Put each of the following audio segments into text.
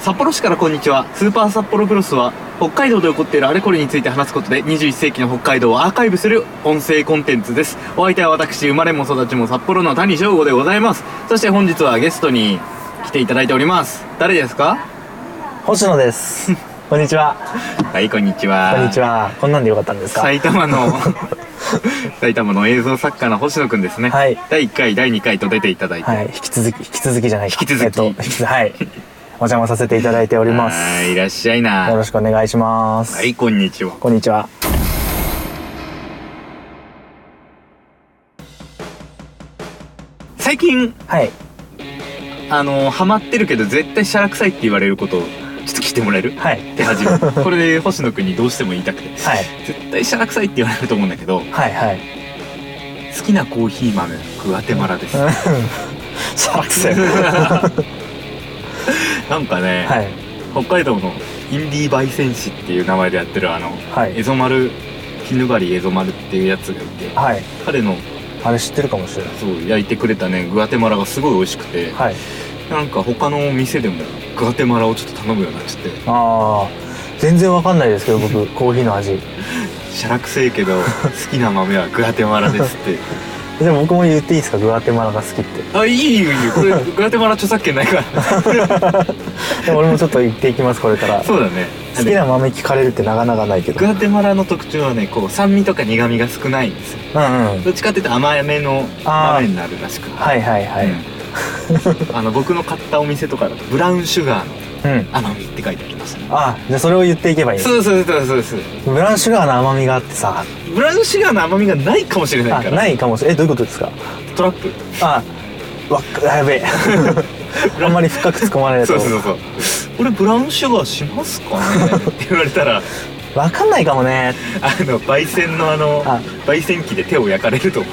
札幌市からこんにちは。スーパー札幌クロスは、北海道で起こっているあれこれについて話すことで、21世紀の北海道をアーカイブする音声コンテンツです。お相手は私、生まれも育ちも札幌の谷翔吾でございます。そして本日はゲストに来ていただいております。誰ですか星 野です。こんにちは。はい、こんにちは。こんにちは。こんなんでよかったんですか。埼玉 の埼玉の映像作家の星野くんですね、はい第1回第2回と出ていただいて、はい、引き続き、引き続きじゃないか。引き続きえっと、引き続きはい。お邪魔させていただいておりま す。はいいらっしゃいなよろしくお願いします。はいこんにちはこんにちは。最近はい。あのハマってるけど絶対しゃらくさいって言われることをちょっと聞いてもらえるはい。って始めるこれで星野くんにどうしても言いたくてはい。絶対しゃらくさいって言われると思うんだけどはい。はい。 好きなコーヒー豆グアテマラですシャーク セン。なんかね、はい。北海道のインディー焙煎師っていう名前でやってるあのはいエ。ゾマルキヌバリエゾマルっていうやつがいてはい。彼のあれ知ってるかもしれない。そう焼いてくれたねグアテマラがすごい美味しくて、はい。なんか他のお店でもグアテマラをちょっと頼むようになっちゃってああ。全然わかんないですけど、僕、コーヒーの味。しゃらくせえけど好きな豆はグアテマラですってでも僕も言っていいですか、グアテマラが好きって。あいいよいいよこ れグアテマラ著作権ないからでも俺もちょっと言っていきます、これから。そうだね好きな豆聞かれるってなかなかないけど。グアテマラの特徴はねこう酸味とか苦味が少ないんですようんうん。どっちかっていうと甘めのあー豆になるらしくはいはいはい。う んあの僕の買ったお店とかだとブラウンシュガーのうん。甘みって書いてありますねあ、じゃあそれを言っていけばいいのそうそうそうそうですブラウンシュガーの甘みがあってさ、ブラウンシュガーの甘みがないかもしれなあ、いからないかもしれない。え、どういうことですかトラップあ、わっ、やべえ。あんまり深く突っ込まれるとそう。そうそうこれブラウンシュガーしますかねって言われたらわかんないかもね。あの焙煎のあのあ焙煎機で手を焼かれると思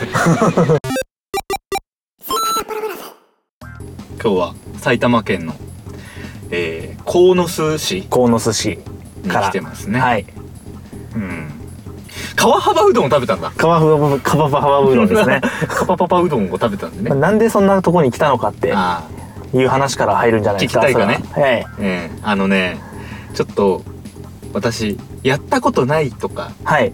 う今日は埼玉県の、えー、鴻巣市鴻巣市にか来ら。てますね、はい。うん川幅うどんを食べたんだカバフバブ、カバフバブうどんです ね。カパパパうどんを食べたんでね、なんでそんなとこに来たのかってああいう話から入るんじゃないですか。聞きたいかねそれははい。ええあのねちょっと私やったことないとかはい。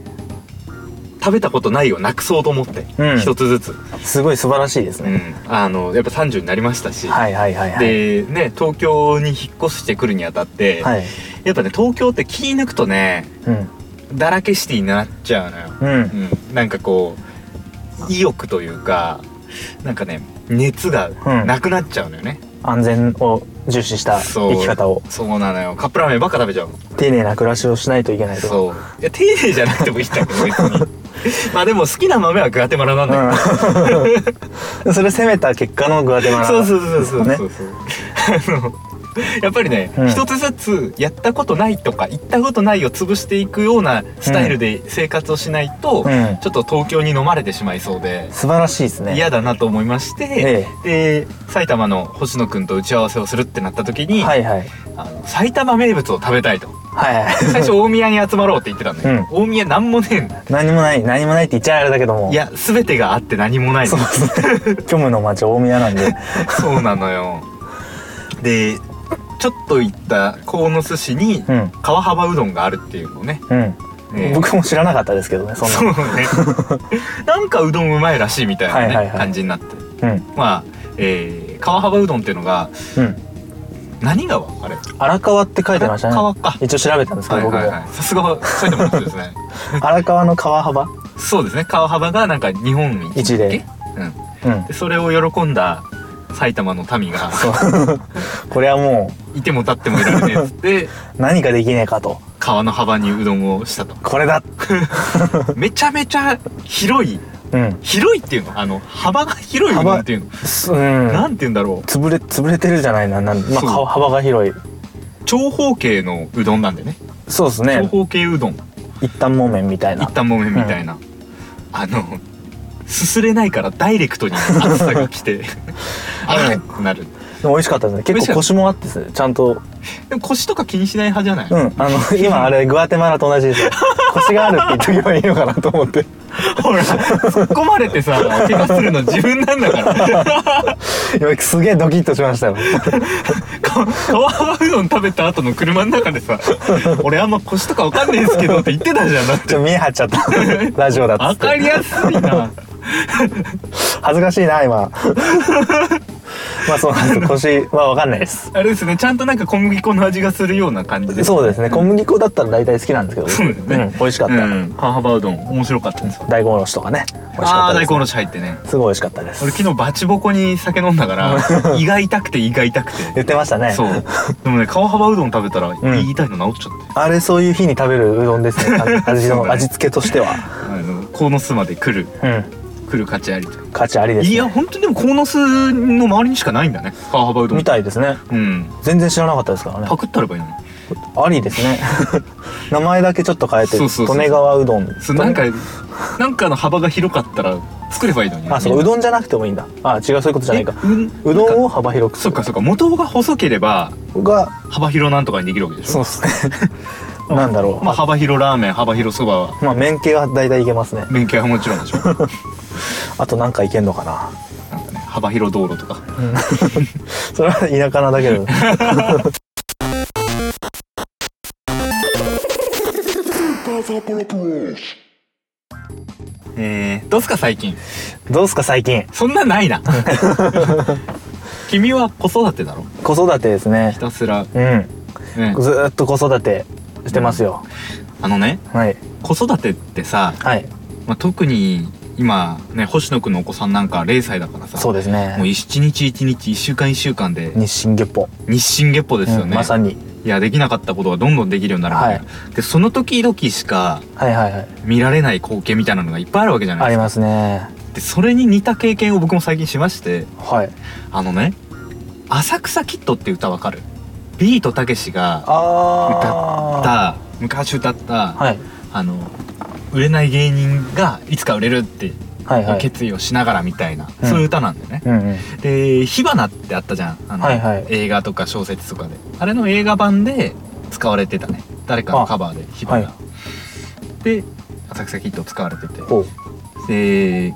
食べたことないをなくそうと思って一、うんつずつ、すごい素晴らしいですうね。ん、あのやっぱ30になりましたし、はいはいはいはい。でね東京に引っ越してくるにあたって、はい。やっぱね東京って気抜くとねうん。だらけシティになっちゃうのよ、うん。うん、なんかこう意欲というかなんかね熱がうんなくなっちゃうのよね、安全を重視したそう生き方を。そうなのよカップラーメンばっか食べちゃうの丁寧な暮らしをしないといけないと。そういや丁寧じゃなくてもいいんだけど別 にまあでも好きな豆はグアテマラなんだけど、うん それ攻めた結果のグアテマラそうそうそうそうねそうそう、あのやっぱりね、うん一つずつやったことないとか行ったことないを潰していくようなスタイルで生活をしないと、うんちょっと東京に飲まれてしまいそうで素晴らしいですね嫌だなと思いまして、えで埼玉の星野くんと打ち合わせをするってなった時えに、はいはいあの埼玉名物を食べたいとはいはい最初大宮に集まろうって言ってたんだけど、大宮なんもねえんだ何もない何もないって言っちゃあれだけどもいや全てがあって何もないのそうですね虚無の街大宮なんでそうなのよ。で、ちょっと行った鴻巣市にうん川幅うどんがあるっていうのをね。うん、ええ僕も知らなかったですけどねそんなそう ね。なんかうどんうまいらしいみたいなね、はいはいはい感じになって。うんまあ、えー、川幅うどんっていうのが、うん何川あれ。荒川って書いてましたね荒川か一応調べたんですけはどい僕も、はいはい。さすが、埼玉の人 ですね。荒川の川幅そうですね。川幅がなんか日本一だっけ一で。うん。うん で、それを喜んだ埼玉の民が、そうこれはもいても立ってもいられねえっつって、う何かできねえかと川の幅にうどんを したと。これだめちゃめちゃ広いうん広いっていうのあの幅が広い部分っていうの、すうんなんて言うんだろう潰れ潰れてるじゃないななん、まあ、そう顔幅が広い長方形のうどんなんでねそうです長ね方形うどん一旦もめんみたいな一旦もめみたいな、あのすすれないからダイレクトに厚さが来てあらってなるでも美味しかったですね美味しかっ結構たコシもあってですねちゃんとでも腰とか気にしない派じゃない、 うんあの今あれグアテマラと同じですよコシがあるって言っとけばいいのかなと思ってほら突っ込まれてさ怪我するの自分なんだから今すげえドキッとしましたよか川幅うどん食べた後の車の中でさ「俺あんま腰とかわかんないですけど」って言ってたじゃんだってちょ見え張っちゃった ラジオだっわつっかてりやすいな恥ずかしい な今まあそうなんです腰はわかんないですあれですねちゃんとなんか小麦粉の味がするような感じですそうですね小麦粉だったら大体好きなんですけどそうですね、ん美味しかった、うん、川幅うどん面白かったです大根おろしとかね美味しあかあった大です根おろし入ってねすごい美味しかったです俺昨日バチボコに酒飲んだから胃が痛くて胃が痛くて言ってましたねそうでもね川幅うどん食べたらん胃痛いの治っちゃって、あれそういう日に食べるうどんで すねあ味そうだのね味付けとしてはあの鴻巣まで来るうん来る価値ありと価値ありです、ね、いや本当にでも鴻巣の周りにしかないんだね川幅うどんみたいですねうん全然知らなかったですからねパクったればいいのにありで すね名前だけちょっと変えてそうそうそう利根川うどんそうなんかなんかの幅が広かったら作ればいいのにあそううどんじゃなくてもいいんだあ違うそういうことじゃないかえうんうどんを幅広くすそっるかそっか元が細ければが幅広なんとかにできるわけでしそょうですね なんだろうまあ幅広ラーメン幅広そばはまあ麺系は大体いけますね弁慶はもちろんでしょなんかあとなんかいけんの かなね幅広道路とかそれは田舎なだけどえー、どうすか最近どうすか最近そんなないな君は子育てだろ子育てですねひたすら、うんね、ずーっと子育てしてますよ、あのねはい子育てってさ、はいまあ、特に今ね星野くんのお子さんなんか0歳だからさそうですもうね一日一日一週間一週間で日進月歩日進月歩ですよね、うんまさにいやできなかったことがどんどんできるようになるわけ、でその時々しかはいはいはい見られない光景みたいなのがいっぱいあるわけじゃなあいですりかますねでそれに似た経験を僕も最近しましてはいあのね「浅草キッド」って歌わかるビートたけしが歌っあた昔歌った、あはいあの売れない芸人がいつか売れるってはいはい決意をしながらみたいな、うんそういう歌なんだよね、うんうんで「火花」ってあったじゃんあの、はいはい映画とか小説とかであれの映画版で使われてたね誰かのカバーで「火花」はで浅草キッド使われててほうで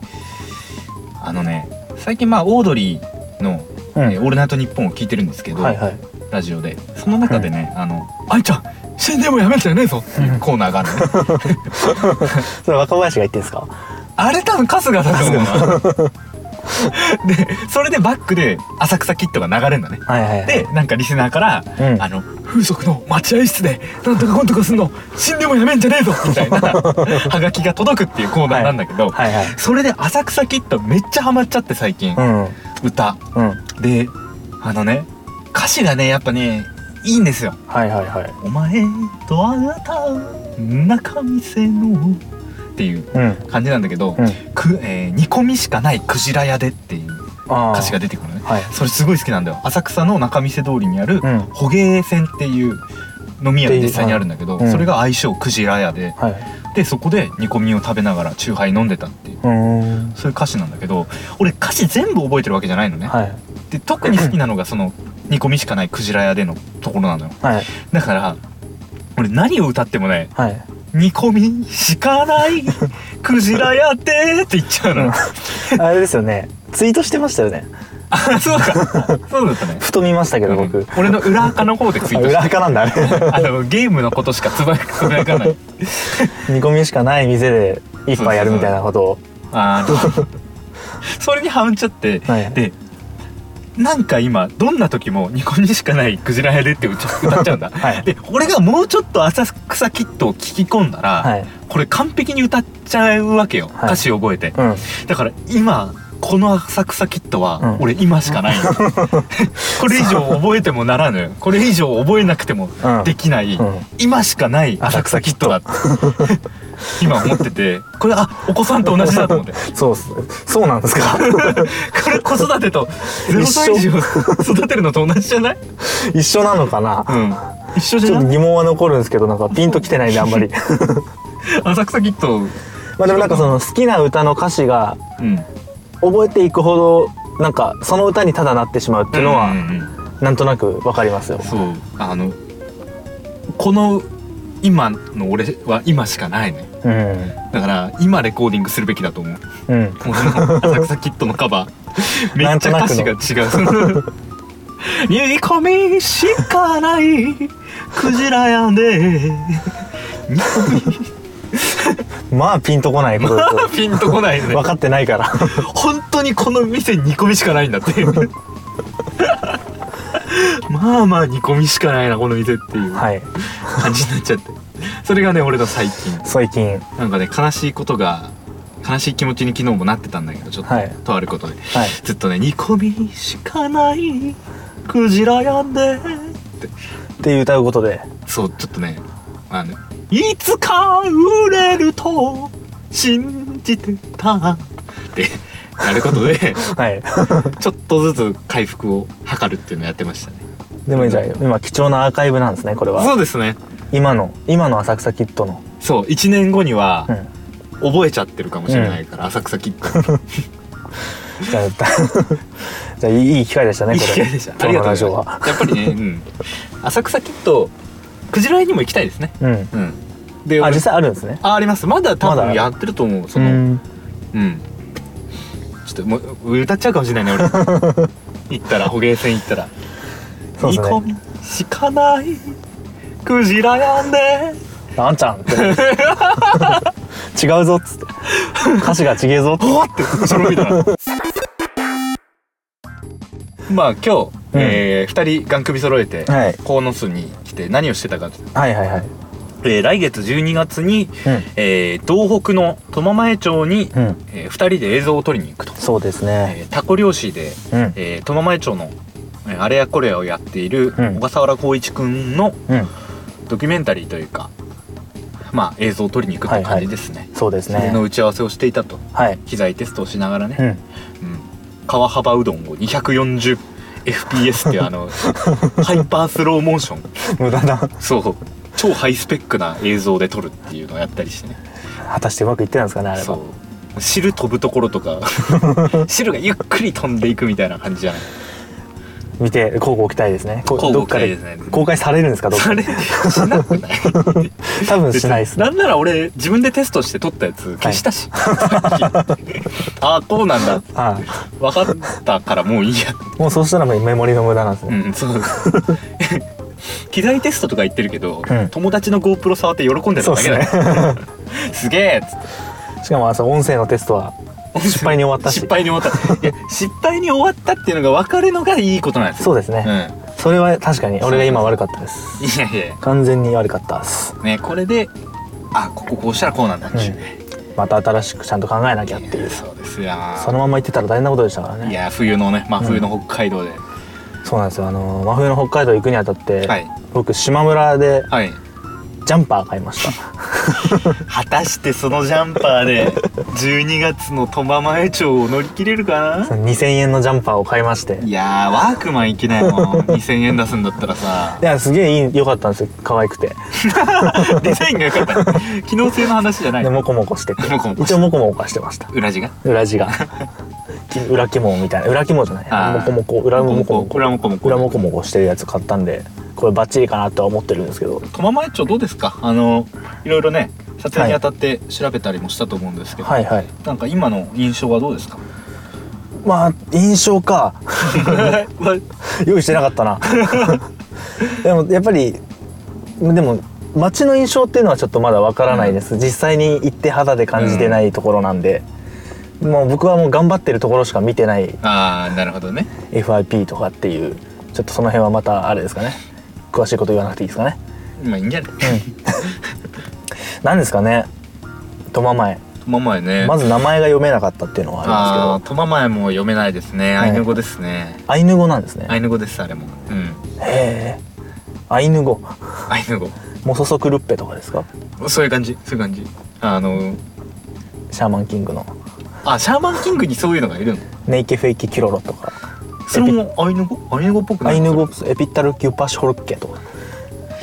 あのね最近まあオードリーのうえーオールナイトニッポン」を聞いてるんですけど、はいはいラジオでその中でね「あの愛ちゃん死んでもやめちゃいねえぞ」っていうコーナーがあるのねそれ若林が言ってんですかあれ多分春日だと思う なでそれでバックで「浅草キッド」が流れるんだねはいはいはいでなんかリスナーから「うんあの風俗の待合室でなんとかこんとかすんの死んでもやめんじゃねえぞ」みたいな ハガキが届くっていうコーナーなんだけど、はいはいそれで「浅草キッド」めっちゃハマっちゃって最近、うん歌うんであのね歌詞がねやっぱねいいんですよはいはいはい「お前とあなた中見せの」っていううん感じなんだけど、うんくえー煮込みしかないクジラ屋でっていうああ歌詞が出てくるのねはいそれすごい好きなんだよ浅草の仲見世通りにあるうん捕鯨船っていう飲み屋で実際にあるんだけど、うんそれが愛称クジラ屋ではいでそこで煮込みを食べながらチューハイ飲んでたっていううーんそういう歌詞なんだけど俺歌詞全部覚えてるわけじゃないのね、はいで特に好きなのがその煮込みしかないクジラ屋でのところなのよはいだから俺何を歌ってもねはい「煮込みしか ないクジラ屋で」って言っちゃうのあれですよねツイートしてましたよねあそうかそうだったねふと見ましたけどう僕ん俺の裏垢の方でツイあート裏して垢なんだあれあのゲームのことしかつぶやつぶやかない煮込みしかない店で一杯やるみたいなことをあーそれにハマっちゃって、はいでなんか今どんな時も煮込みしかないクジラ屋でって歌っちゃうんだ、 はいで俺がもうちょっと浅草キッドを聞き込んだら、はいこれ完璧に歌っちゃうわけよ、はい歌詞覚えてうんだから今この浅草キッドはうん俺今しかない、 これ以上覚えてもならぬこれ以上覚えなくてもうんできない、うん今しかない浅草キッドだって今思っててこれあお子さんと同じだと思ってそうっすそうなんですか これ子育てと0歳児を育てるのと同じじゃない一緒なのかなうん一緒じちょゃっとない疑問は残るんですけどなんかピンときてないんであん まり浅草キッドまあでもなんかその好きな歌の歌詞がうん覚えていくほどなんかその歌にただなってしまうっていうのはんんうんなんとなくわかりますよ、そうあのこの今の俺は今しかないねうんだから今レコーディングするべきだと思ううんもうその浅草キッドのカバ ーめっちゃ歌詞が違う煮込みしかないクジラやでまあピンとこないこ とだと ピンとこないね分かってな いから本当にこの店煮込みしかないんだって いうまあまあ煮込みしかないなこの店っていうはい感じになっちゃってそれがね俺の最近最近なんかね悲しいことが悲しい気持ちに昨日もなってたんだけどちょっと、はいとあることではいずっとね「煮込みしかないクジラやんで」ってって歌うことでそうちょっとねあの「いつか売れると信じてた」ってやること ではい ちょっとずつ回復を図るっていうのをやってましたねでもじゃあ今貴重なアーカイブなんですねこれはそうですね今の今の浅草キッドのそう1年後にはうん 覚えちゃってるかもしれないから、浅草キッドじゃあじゃあいいいい機会でしたねいいこれ機会でしたあこりのがとうござラジいオはますやっぱりね、うん、浅草キッドクジラ屋にも行きたいですねうんうんであ俺実際あるんですねあありますまだ多まだあ分るやってると思うそうのうん、んちょっともう歌っちゃうかもしれ ないね俺行ったら捕鯨船行ったら「そう煮ですね込みしかないクジラやんであんちゃんって 違うぞっつって歌詞が違えぞって」おっって後ろ見たら まあ今日、え2人眼首揃えてはい鴻巣に来て何をしてたかと、はいはいはいえー来月12月に、えー東北の苫前町に、うんうんえ2人で映像を撮りに行くと、そうですねえータコ漁師でうんえー苫前町のえーあれやこれやをやっているうん小笠原浩一くんのうんドキュメンタリーというか、まあ、映像を撮りに行くって感じですね、そうですそれねの打ち合わせをしていたとはい機材テストをしながらね、うんうん川幅うどんを 240fps っていうあのハイパースローモーション無駄なそう超ハイスペックな映像で撮るっていうのをやったりしてね果たしてうまくいってたんですかねあれそはう汁飛ぶところとか汁がゆっくり飛んでいくみたいな感じじゃない見て交互期待ですねこ乞うどごっ期か待でですね公開されるんですかどっそかれでしなくない多分しないですねなんなら俺自分でテストして撮ったやつ消した し、さっきああこうなんだあ分かったからもういいやあもうそうしたらもうメモリの無駄なんですうねんそう 機材テストとか言ってるけど、うん友達の GoPro 触って喜んでたそうだでけすだねよ すげえっつっしかもあそう音声のテストはて失敗に終わったし失敗に終わったいや失敗に終わったっていうのが分かるのがいいことなんですよそうですねうんそれは確かに俺が今悪かったでいすやいや完全に悪かったですねこれであこここうしたらこうなんだっていうね、また新しくちゃんと考えなきゃっいていやうそうですよそのまま行ってたら大変なことでしたからいねや冬のね真冬の北海道で、そうなんですよあの真冬の北海道行くにあたって、はい僕島村ではいジャンパー買いました果たしてそのジャンパーで12月の苫前町を乗り切れるかその2000円のジャンパーを買いましてないやーワークマン行けないもん2000円出すんだったらさ いやすげえいい良かったんですよ可愛くてデザインが良かった機能性の話じゃないでモコモコしててモコモコして一応モコモコはしてました裏地が裏 地がき裏肝みたいな裏肝じゃなあいモーコモコ裏モコモコ裏もこもこ裏モコモコしてるやつ買ったんでこれバッチリかなとは思ってるんですけど苫前町どうですかあのいろいろね撮影にあたって調べたりもしたと思うんですけど、はいはいなんか今の印象はどうです かまあ印象か 用意してなかったな でもやっぱりでも街の印象っていうのはちょっとまだわからないです、実際に行って肌で感じてないところなんで、もう僕はもう頑張ってるところしか見てないああなるほどね FIP とかっていうちょっとその辺はまたあれですかね詳しいこと言わなくていいですかねまあいいんじゃない 何ですかね苫前苫前ねまず名前が読めなかったっていうのはああるんですー苫前も読めないですねはアいイヌ語ですね、けどアイヌ語なんですね、アイヌ語ですあれも うんへえアイヌ語アイヌ語モソソクルッペとかですかそういう感じそういう感じあのシャーマンキングのあシャーマンキングにそういうのがいるのネイケフェイキキロロとかそれもアイヌ語アイヌ語っぽくなアいイヌ語エピッタルキュパシホルッケとか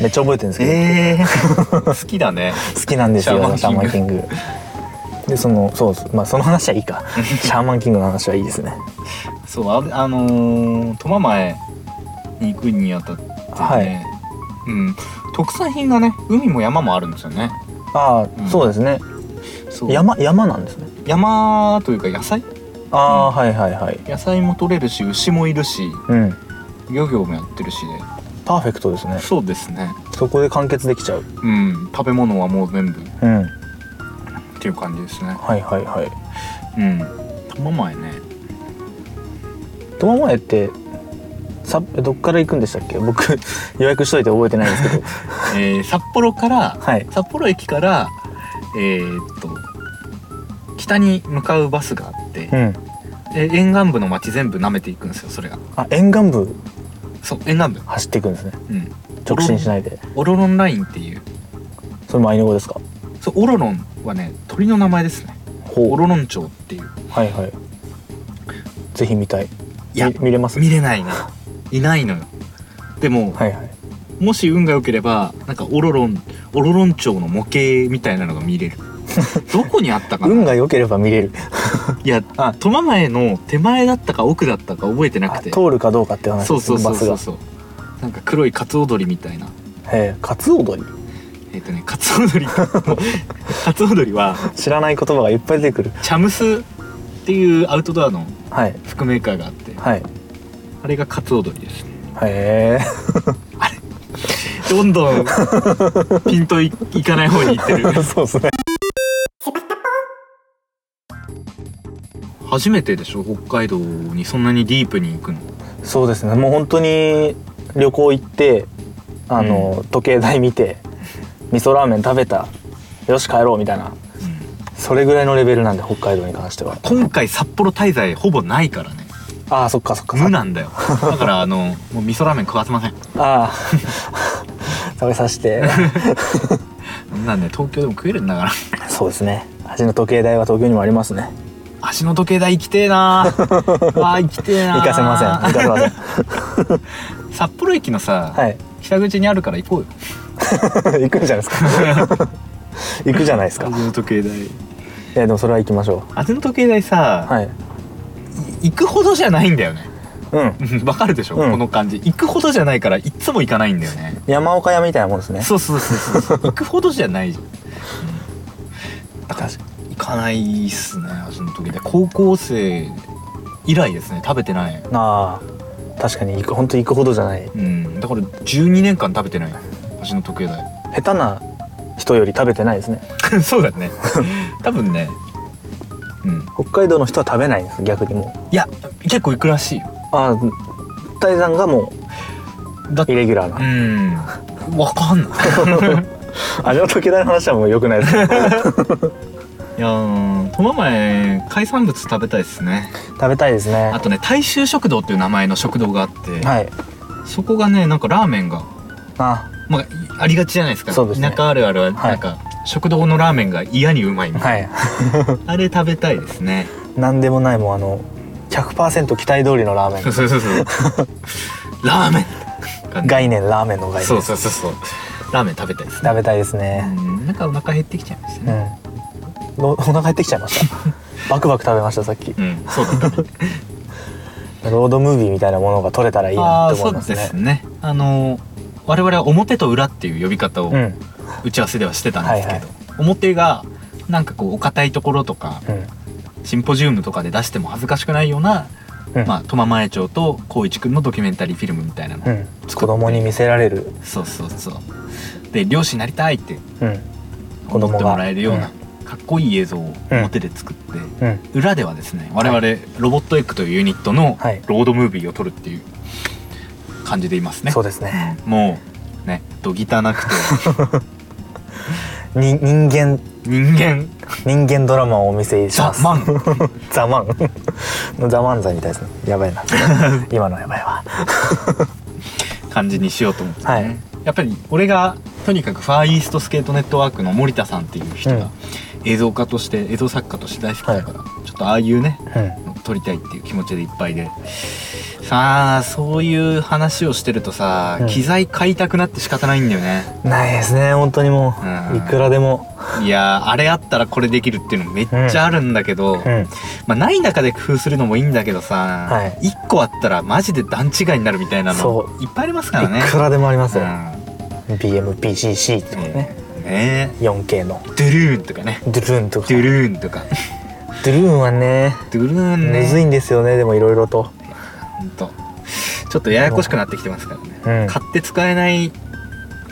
めっちゃ覚えてるんですけど、えー、 好きだね好きなんですよシシャャーーママンンキキングでそのそうそうまあその話はいい かシャーマンキングの話はいいですねそうああのー苫前に行くにあたってね、はいうん特産品がね海も山もあるんですよねああ、うんそうですねそう山山なんですね山というか野菜ああ、はいはいはい野菜も取れるし牛もいるしうん漁業もやってるしねパーフェクトですねそうですねそこで完結できちゃううん食べ物はもう全部っうんていう感じですねはいはいはいうん玉前ね苫前ってさどっから行くんでしたっけ僕 予約しといて覚えてないん ですけどえー札幌からはい札幌駅からえーっと北に向かうバスがあってう、んえ沿岸部の街全部舐めていくんですよそれがあ沿岸部そう沿岸部走っていくんですねうん直進しないでオロロンラインっていうそれもアイヌ語ですかそうオロロンはね鳥の名前ですねオほロロン鳥っていううはいはいぜひ見たいいやみ見れます見れないねいないのよでも、はいはいもし運が良ければなんかオロロンオロロン鳥の模型みたいなのが見れ るどこにあったかな運が良ければ見れるいやあ苫前の手前だったか奥だったか覚えてなあくて通るかどうかって話そうですそうねそバうスそがうそうなんか黒いカツオドリみたいなへえカツオドリえっ、とねカツオド リカツオドリは知らない言葉がいっぱい出てくるチャムスっていうアウトドアのはい服メーカーがあってはいあれがカツオドリですね へえどんどんピンといいかない方に行って るそうですね初めてでしょ北海道にそんなにディープに行くのそうですねもう本当に旅行行ってあの、時計台見て味噌ラーメン食べたよし帰ろうみたいなそれぐらいのレベルなんで北海道に関しては今回札幌滞在ほぼないからねああそっかそっか無なんだ よだからあのもう味噌ラーメン食わせませんああ 食べさ せてそんなんね東京でも食えるんだからそうですね味の時計台は東京にもありますね足の時計台行きて えなあー行きてえな行かせません行かせませんん札幌駅のさ、はい 北口にあるから行こうよ行くんじゃないですか 行くじゃないですかい味の時計台やでもそれは行きましょ味の時計台うさ、はいい行くほどじゃないんだよね うんうんわかるでしょ、うんこの感じ行くほどじゃないからいっつも行かないんだよね山岡屋みたいなもんですねそうそうそう そう行くほどじゃないじゃん、うん、だから確行かないっすね味の時計台高校生以来ですね食べてないああ確かに行く本当行くほどじゃないうんだから12年間食べてない味の時計台下手な人より食べてないですね そうだ ね多分ねうん北海道の人は食べないんです逆にもういや結構行くらしいよああ大山がもだうイレギュラーう な、んわかんない味の時計台の話はもう良くないですね いやーこの前海産物食べたいですね食べたいですねあとね大衆食堂っていう名前の食堂があって、はいそこがねなんかラーメンが、あまあ、ありがちじゃないですかそうですね田舎あるあるははいなんか、食堂のラーメンが嫌にうまいみたいはいなあれ食べたいですね 何でもないもうあの100%期待通りのラーメそうンそうそうそう ラーメンがね概念ラーメンの概念そうそうそうそうラーメン食べたいですね食べたいですねうんなんかお腹減ってきちゃいましたうんね。おお腹減ってきちゃい ましたバクバク食べましたさっきうん、そうだったね。ロードムービーみたいなものが撮れたらいいなあっあ、てそ思いうまですねすね。あのー我々は表と裏っていう呼び方をうん打ち合わせではしてたんですけど、はいは表がなんかこうお堅いところとかシンポジウムとかで出しても恥ずかしくないような、うんうんまあ苫前町と光一くんのドキュメンタリーフィルムみたいなの、うん、子供に見せられる、そうそうそうで漁師になりたいってうん子思供がってもらえるような、かっこいい映像を表で作って、うん、裏ではですね我々ロボットエッグというユニットのはいロードムービーを撮るっていう感じでいますね、そうですねもうねどぎたな くてに人間人間人間ドラマをお見せしザま・すマンザマン ザ漫才みたいですね やばいな今のやばいわ感じにしようと思ってね、はいやっぱり俺がとにかくファーイーストスケートネットワークの森田さんっていう人うんが映像家として映像作家として大好きだから、ちょっとああいうねうん撮りたいっていう気持ちでいっぱいでさあそういう話をしてるとさ、うん機材買いたくなって仕方ないんだよねないですね本当にもう、うんいくらでも、いやーあれあったらこれできるっていうのめっちゃあるんだけど、うん、まあ、ない中で工夫するのもいいんだけどさ、は一1個あったらマジで段違いになるみたいなのそいっぱいありますからね。いくらでもありますうよ、ん BMPCC とかね、ええね 4K のドゥルーンとかねドゥルーンとかドドゥゥルルーンとかーンはねドゥルーンねむずいんですよねでもいろいろとほんとちょっとややこしくなってきてますからね、うん買って使えない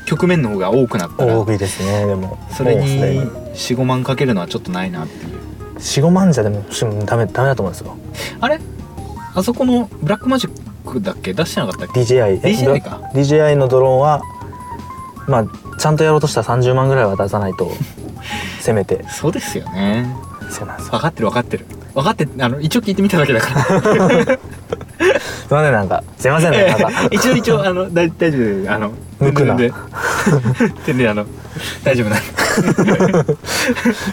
局面の方が多くなったら多いですねでもそれもうにすで45万かけるのはちょっとないなっていう45万じゃでもしダメダメだと思うんですよあれあそこのブラックマジックだっけ出してなかったっけ DJI え DJI か DJI のドローンはまあちゃんとやろうとしたら30万ぐらいは出さないとせめてそうですよねそうなんですよ分かってる分かってる分かってあの一応聞いてみただけだからすいませんなんかすいませんね なんか 一応一応あの大大丈夫ですあの抜く全な然全然あの大丈夫なんで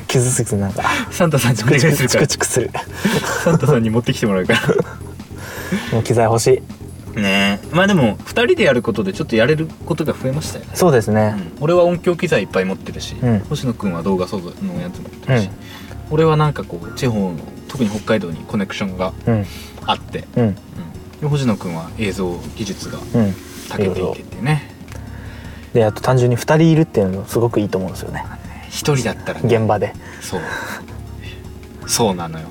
傷つくなんかサンタさんにおチク願いチクするチかクらチクするサンタさんに持ってきてもらうからもう機材欲しい ねえまあでも2人でやることでちょっとやれることが増えましたよね、そうですうねん、俺は音響機材いっぱい持ってるし、うん星野くんは動画素材のやつ持ってるし、うん俺はなんかこう地方の特に北海道にコネクションがうんあって、うんうんで星野くんは映像技術がうん長いけろいていろてってねであと単純に2人いるっていうのもすごくいいと思うんですよね一人だったらね現場でそうそうなのよ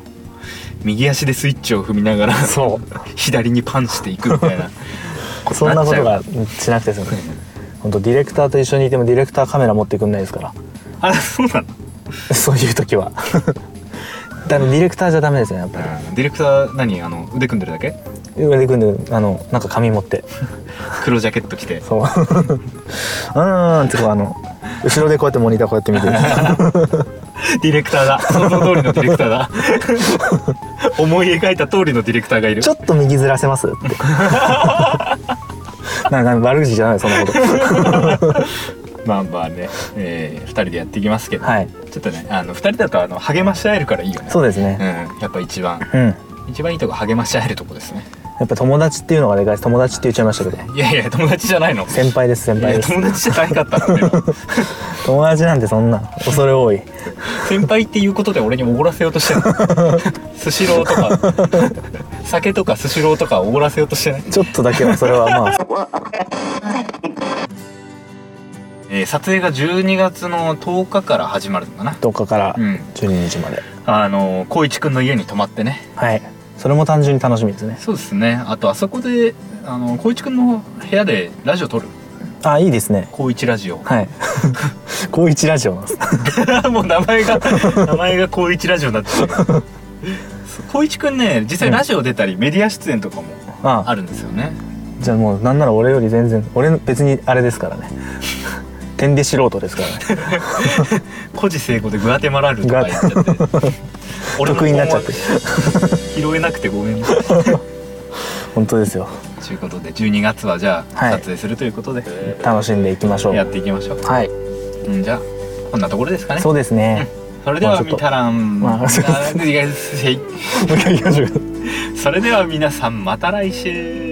右足でスイッチを踏みながらそ左にパンしていくみたいな そんなことながっしなくて済む本当ディレクターと一緒にいてもディレクターカメラ持ってくんないですから あそうなのそういう時は だからディレクターじゃダメですねやっぱりうんディレクター何あの腕組んでるだけ上で組んであのなんか紙持って黒ジャケット着 てそううーんってこうあの後ろでこうやってモニターこうやって見て るディレクターだ想像通りのディレクターだ 思い描いた通りのディレクターがいるちょっと右ずらせますって なんか悪口じゃないそんなことまあまあね、えー、2人でやっていきますけど、はいちょっとねあの2人だとあの励まし合えるからいいよねそうですうんねやっぱ一番うんや一番いいとこ励まし合えるとこですねっぱ友達っていうのがでかいです友達って言っちゃいましたけどいやいや友達じゃないのい先輩です先輩やです友達じゃなかったの俺 は友達なんてそんな恐れ多い先輩っていうことで俺におごらせようとして ないスシローとか酒とかスシローとかおごらせようとしてないちょっとだけはそれはまあえー撮影が12月の10日から始まるのかな10日からうん12日まであの光一くんの家に泊まってねはいそれも単純に楽しみですねそうですねあとあそこであの光一くんの部屋でラジオ撮るあいいですね光一ラジオはい 高一ラジオなんで すもう名前 が名前が光一ラジオに なってるそう光一くんね実際ラジオ出たり、メディア出演とかもああるんですよねじゃあもうなんなら俺より全然俺の別にあれですからね点で素人ですからね古事成語でグアテマラルとか言っちゃって俺の 得意になっちゃって拾えなくてごめんね本当ですよということで12月はじゃあ、はい撮影するということで、楽しんでいきましょうやっていきましょう、はいうん、じゃあこんなところですかねそうですねそれでまあはちょっとみたらん、まあそう あいやいやいやもう一回行きましょうそれでは皆さんまた来週